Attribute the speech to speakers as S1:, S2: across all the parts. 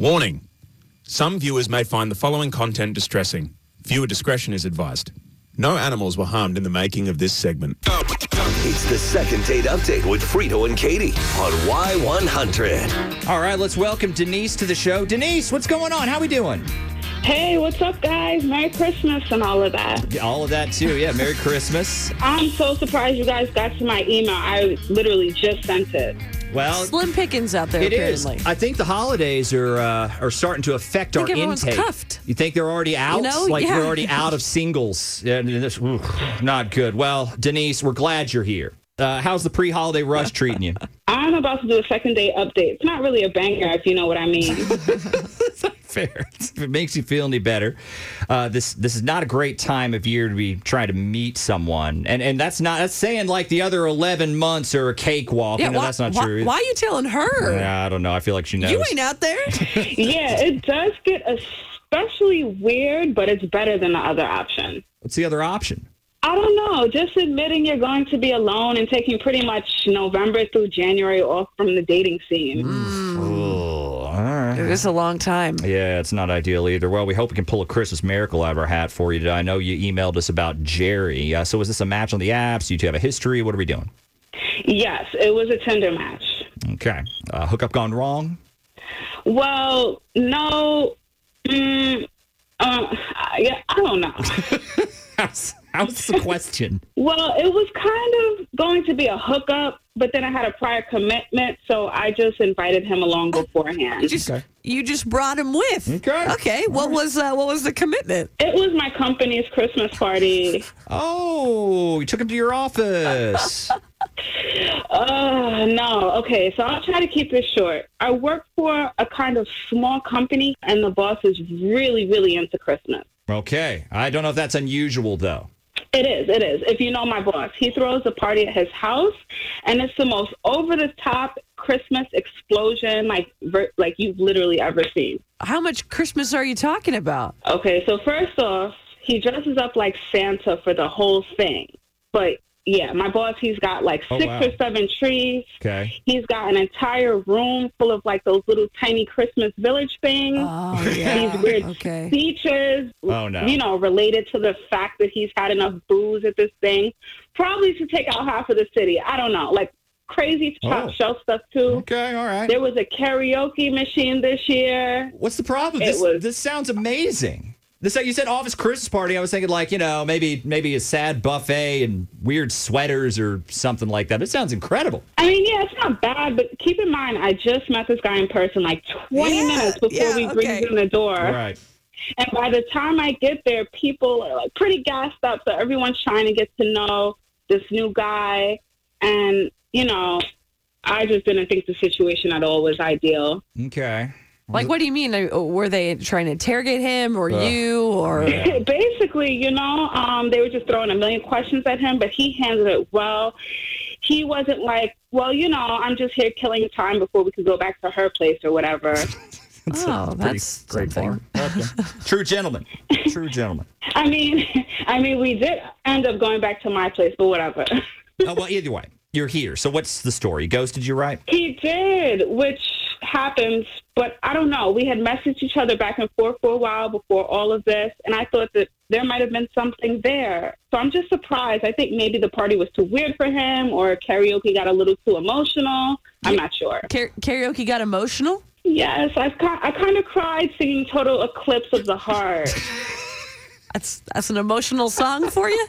S1: Warning Some viewers may find the following content distressing. Viewer discretion is advised. No animals were harmed in the making of this segment.
S2: It's the second date update with Frito and Katie on Y100.
S3: All right, let's welcome Denise to the show. Denise, what's going on? How we doing?
S4: Hey, what's up, guys? Merry Christmas and all of that.
S3: Yeah, all of that too. Yeah, Merry Christmas.
S4: I'm so surprised you guys got to my email. I literally just sent it.
S3: Well,
S5: Slim pickings out there,
S3: it is.
S5: apparently.
S3: I think the holidays are uh, are starting to affect
S5: think
S3: our
S5: everyone's
S3: intake.
S5: cuffed.
S3: You think they're already out?
S5: know,
S3: like
S5: yeah.
S3: we're already out of singles. Yeah, and this- oof, not good. Well, Denise, we're glad you're here. Uh, how's the pre-holiday rush treating you?
S4: I'm about to do a second day update. It's not really a banger, if you know what I mean.
S3: Fair. If it makes you feel any better, uh, this this is not a great time of year to be trying to meet someone, and and that's not that's saying like the other eleven months are a cakewalk.
S5: yeah,
S3: no,
S5: why,
S3: that's not
S5: why,
S3: true. either.
S5: Why are you telling her?
S3: Yeah, I don't know. I feel like she knows.
S5: You ain't out there.
S4: yeah, it does get especially weird, but it's better than the other option.
S3: What's the other option?
S4: I don't know. Just admitting you're going to be alone and taking pretty much November through January off from the dating
S3: Mm.
S4: scene.
S5: Mm.
S3: Oh, all right.
S5: it was a long time.
S3: Yeah, it's not ideal either. Well, we hope we can pull a Christmas miracle out of our hat for you today. I know you emailed us about Jerry. Uh, so, was this a match on the apps? Do you two have a history? What are we doing?
S4: Yes, it was a Tinder match.
S3: Okay. Uh, hookup gone wrong?
S4: Well, no. Mm, uh, yeah, I don't know.
S3: How's, how's the question?
S4: Well, it was kind of going to be a hookup, but then I had a prior commitment, so I just invited him along beforehand.
S5: You just you just brought him with.
S3: Okay.
S5: Okay. What was uh, what was the commitment?
S4: It was my company's Christmas party.
S3: Oh, you took him to your office.
S4: Uh, no. Okay, so I'll try to keep this short. I work for a kind of small company, and the boss is really, really into Christmas.
S3: okay. I don't know if that's unusual, though.
S4: It is, it is. If you know my boss, he throws a party at his house, and it's the most over the top Christmas explosion like ver- like you've literally ever seen.
S5: How much Christmas are you talking about?
S4: Okay, so first off, he dresses up like Santa for the whole thing. But yeah, my boss, he's got like
S3: Oh,
S4: six
S3: wow.
S4: or seven trees.
S3: Okay.
S4: He's got an entire room full of like those little tiny Christmas village things.
S5: Oh
S4: These weird
S5: yeah. okay.
S4: Speeches,
S3: Oh, no.
S4: you know, related to the fact that he's had enough booze at this thing, probably to take out half of the city. I don't know, like crazy top
S3: Oh.
S4: shelf stuff too.
S3: Okay. All right.
S4: There was a karaoke machine this year.
S3: What's the problem?
S4: It
S3: This,
S4: was-
S3: this sounds amazing. This you said office Christmas party. I was thinking like you know maybe maybe a sad buffet and weird sweaters or something like that. It sounds incredible.
S4: I mean, yeah, it's not bad, but keep in mind, I just met this guy in person like 20
S5: Yeah,
S4: minutes before
S5: yeah,
S4: we
S5: okay.
S4: breathed in the door.
S3: Right.
S4: And by the time I get there, people are like pretty gassed up. So everyone's trying to get to know this new guy. And, you know, I just didn't think the situation at all was ideal.
S3: Okay.
S5: Like, what do you mean? Uh, Were they trying to interrogate him or you or?
S3: Uh, Yeah.
S4: Basically, you know, um, they were just throwing a million questions at him, but he handled it well. He wasn't like, well, you know, I'm just here killing time before we could go back to her place or whatever.
S5: Oh, that's
S3: great
S5: something.
S3: form. Okay. True gentleman. True gentleman.
S4: I mean, I mean, we did end up going back to my place, but whatever.
S3: Oh, well, either way, you're here. So what's the story? Ghosted you, right?
S4: He did, which happens, but I don't know. We had messaged each other back and forth for a while before all of this, and I thought that there might have been something there. So I'm just surprised. I think maybe the party was too weird for him, or karaoke got a little too emotional. I'm not sure.
S5: Kar- karaoke got emotional.
S4: Yes, I've ki- I kind of cried singing "Total Eclipse of the Heart."
S5: That's that's an emotional song for you.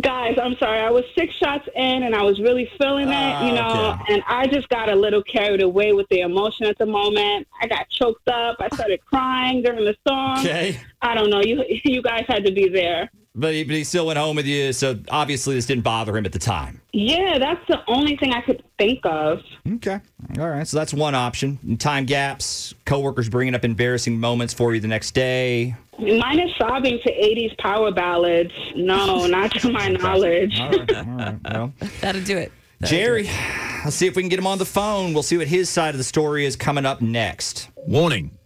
S4: Guys, I'm sorry. I was six shots in and I was really feeling it, you know, and I just got a little carried away with the emotion at the moment. I got choked up. I started crying during the song.
S3: Okay.
S4: I don't know. You you guys had to be there.
S3: But he, but he still went home with you. So obviously this didn't bother him at the time.
S4: Yeah, that's the only thing I could think of.
S3: Okay. All right. So that's one option. Time gaps. Coworkers bringing up embarrassing moments for you the next day.
S4: Mine is sobbing to 80s power ballads. No, not to my knowledge.
S3: All right. All right. Well,
S5: That'll do it.
S3: Uh, Jerry, let's see if we can get him on the phone. We'll see what his side of the story is coming up next.
S1: Warning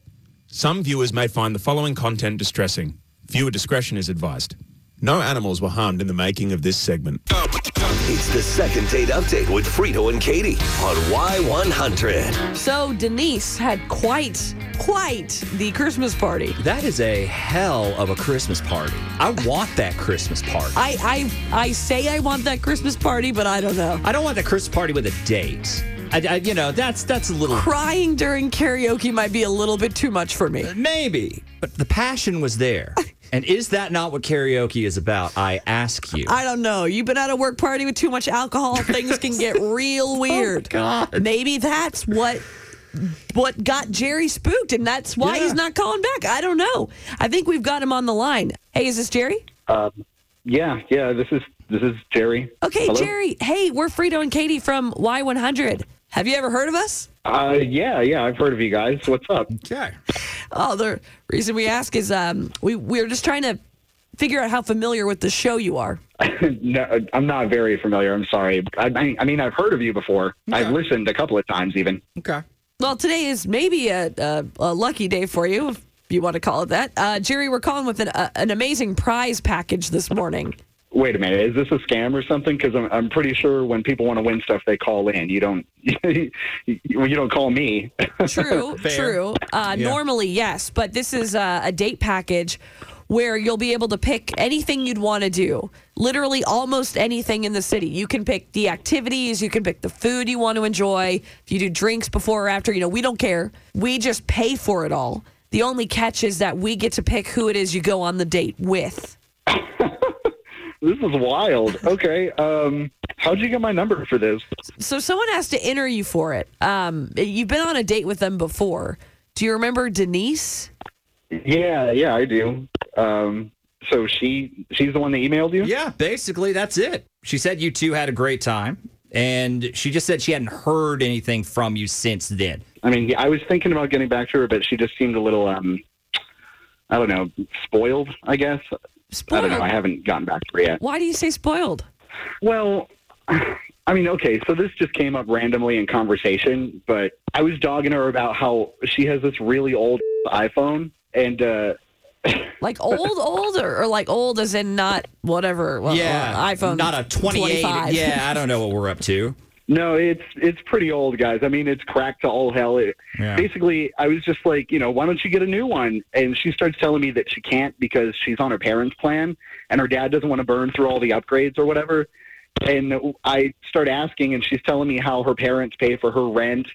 S1: Some viewers may find the following content distressing. Viewer discretion is advised. No animals were harmed in the making of this segment.
S2: It's the second date update with Frito and Katie on Y100.
S5: So Denise had quite quite the Christmas party.
S3: That is a hell of a Christmas party. I want that Christmas party. I,
S5: I, I I say I want that Christmas party, but I don't know.
S3: don't want that Christmas party with a date. I, I- you know, that's that's a little
S5: Crying during karaoke might be a little bit too much for me.
S3: maybe, but the passion was there. And is that not what karaoke is about? I ask you.
S5: I don't know. You've been at a work party with too much alcohol, things can get real weird.
S3: Oh, God.
S5: Maybe that's what what got Jerry spooked and that's why
S3: Yeah.
S5: he's not calling back. I don't know. I think we've got him on the line. Hey, is this Jerry?
S6: Yeah, yeah. This is this is Jerry.
S5: Okay,
S6: Hello?
S5: Jerry. Hey, we're Frito and Katie from Y100. Have you ever heard of us?
S6: Uh, yeah, yeah. I've heard of you guys. What's up?
S3: okay.
S5: Oh, the reason we ask is um, we we're just trying to figure out how familiar with the show you are.
S6: no, I'm not very familiar. I'm sorry. I, I, I mean, I've heard of you before. I've listened a couple of times, even.
S3: Okay.
S5: Well, today is maybe a, a, a lucky day for you, if you want to call it that. Uh, Jerry, we're calling with an, uh, an amazing prize package this morning.
S6: Wait a minute. Is this a scam or something? Because I'm, I'm pretty sure when people want to win stuff, they call in. You don't. you, you don't call me.
S5: True, true. Uh, Normally, yes, but this is uh, a date package where you'll be able to pick anything you'd want to do. Literally, almost anything in the city. You can pick the activities, you can pick the food you want to enjoy. If you do drinks before or after, you know, we don't care. We just pay for it all. The only catch is that we get to pick who it is you go on the date with.
S6: this is wild. Okay. Um, how'd you get my number for this?
S5: So someone has to enter you for it. Um, you've been on a date with them before. Do you remember Denise?
S6: Yeah, yeah, I do. Um, so she she's the one that emailed you.
S3: Yeah, basically that's it. She said you two had a great time, and she just said she hadn't heard anything from you since then.
S6: I mean, I was thinking about getting back to her, but she just seemed a little, um, I don't know, spoiled. I guess I
S5: Spoiled.
S6: don't know. I haven't gotten back to her yet.
S5: Why do you say spoiled?
S6: Well, I mean, okay, so this just came up randomly in conversation, but I was dogging her about how she has this really old iPhone, and uh,
S5: Like old, older, or like old as in not whatever. Well, uh, iPhone.
S3: not a 28.
S5: 25.
S3: Yeah, I don't know what we're up to.
S6: No, it's it's pretty old, guys. I mean, it's cracked to all hell. It,
S3: Yeah.
S6: Basically, I was just like, you know, why don't you get a new one? And she starts telling me that she can't because she's on her parents' plan, and her dad doesn't want to burn through all the upgrades or whatever. And I start asking, and she's telling me how her parents pay for her rent.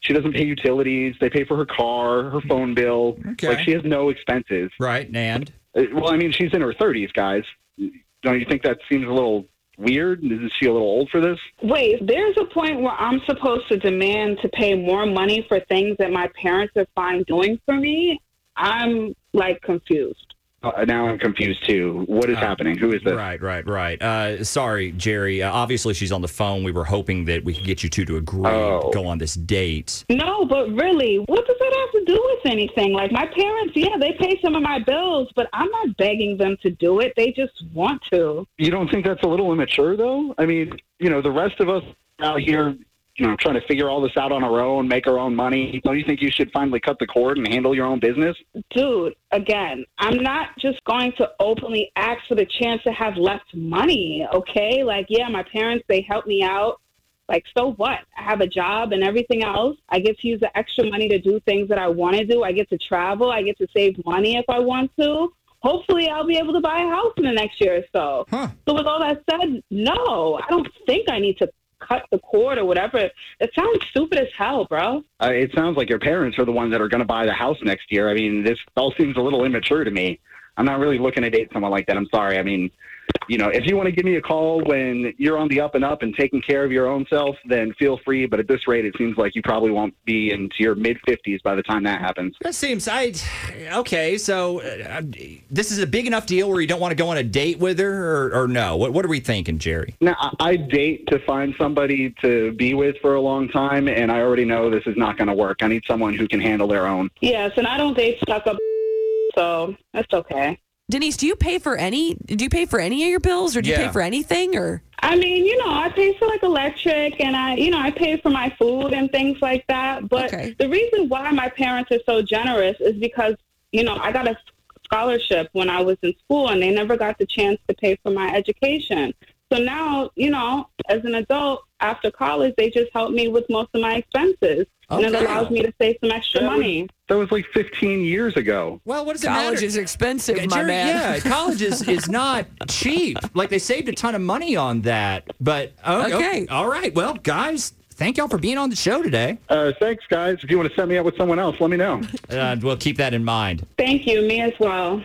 S6: She doesn't pay utilities. They pay for her car, her phone bill.
S3: Okay.
S6: Like she has no expenses.
S3: Right, and
S6: Uh, Well, I mean, she's in her thirties, guys. Don't you think that seems a little weird? Is she a little old for this?
S4: Wait, there's a point where I'm supposed to demand to pay more money for things that my parents are fine doing for me. I'm like confused.
S6: Uh, now I'm confused too. What is happening? Who is this?
S3: right, right, right. Uh, sorry, Jerry. Uh, obviously, she's on the phone. We were hoping that we could get you two to agree
S6: Oh.
S3: go on this date.
S4: No, but really, what does that have to do with anything? Like my parents, yeah, they pay some of my bills, but I'm not begging them to do it. They just want to.
S6: You don't think that's a little immature, though? I mean, you know, the rest of us out here, you know, trying to figure all this out on our own, make our own money. Don't you think you should finally cut the cord and handle your own business?
S4: Dude, again, I'm not just going to openly ask for the chance to have less money, okay? Like, yeah, my parents, they help me out. Like, so what? I have a job and everything else. I get to use the extra money to do things that I want to do. I get to travel. I get to save money if I want to. Hopefully, I'll be able to buy a house in the next year or so.
S3: Huh.
S4: So, with all that said, no, I don't think I need to cut the cord or whatever. It sounds stupid as hell, bro.
S6: Uh, it sounds like your parents are the ones that are going to buy the house next year. I mean, this all seems a little immature to me. I'm not really looking to date someone like that. I'm sorry. I mean, you know, if you want to give me a call when you're on the up and up and taking care of your own self, then feel free. But at this rate, it seems like you probably won't be into your mid 50s by the time that happens.
S3: That seems I okay. So uh, this is a big enough deal where you don't want to go on a date with her, or, or no? What What are we thinking, Jerry?
S6: Now, I- I date to find somebody to be with for a long time, and I already know this is not going to work. I need someone who can handle their own.
S4: Yes, and I don't date stuck up, so that's okay.
S5: Denise, do you pay for any? Do you pay for any of your bills, or do you
S3: Yeah.
S5: pay for anything? Or
S4: I mean, you know, I pay for like electric and I, you know, I pay for my food and things like that. But
S5: Okay.
S4: the reason why my parents are so generous is because, you know, I got a scholarship when I was in school and they never got the chance to pay for my education. So now, you know, as an adult after college, they just help me with most of my expenses, and it
S5: Okay.
S4: allows me to save some extra
S6: That was-
S4: money.
S6: That was like 15 years ago.
S3: Well, what does it
S5: College
S3: matter?
S5: is expensive,
S3: Yeah,
S5: my
S3: Jerry,
S5: man.
S3: Yeah, college is, is not cheap. Like they saved a ton of money on that. But oh, oh,
S5: Okay.
S3: all right. Well, guys, thank y'all for being on the show today.
S6: Uh, thanks, guys. If you want to set me up with someone else, let me know.
S3: Uh, we'll keep that in mind.
S4: Thank you, me as well.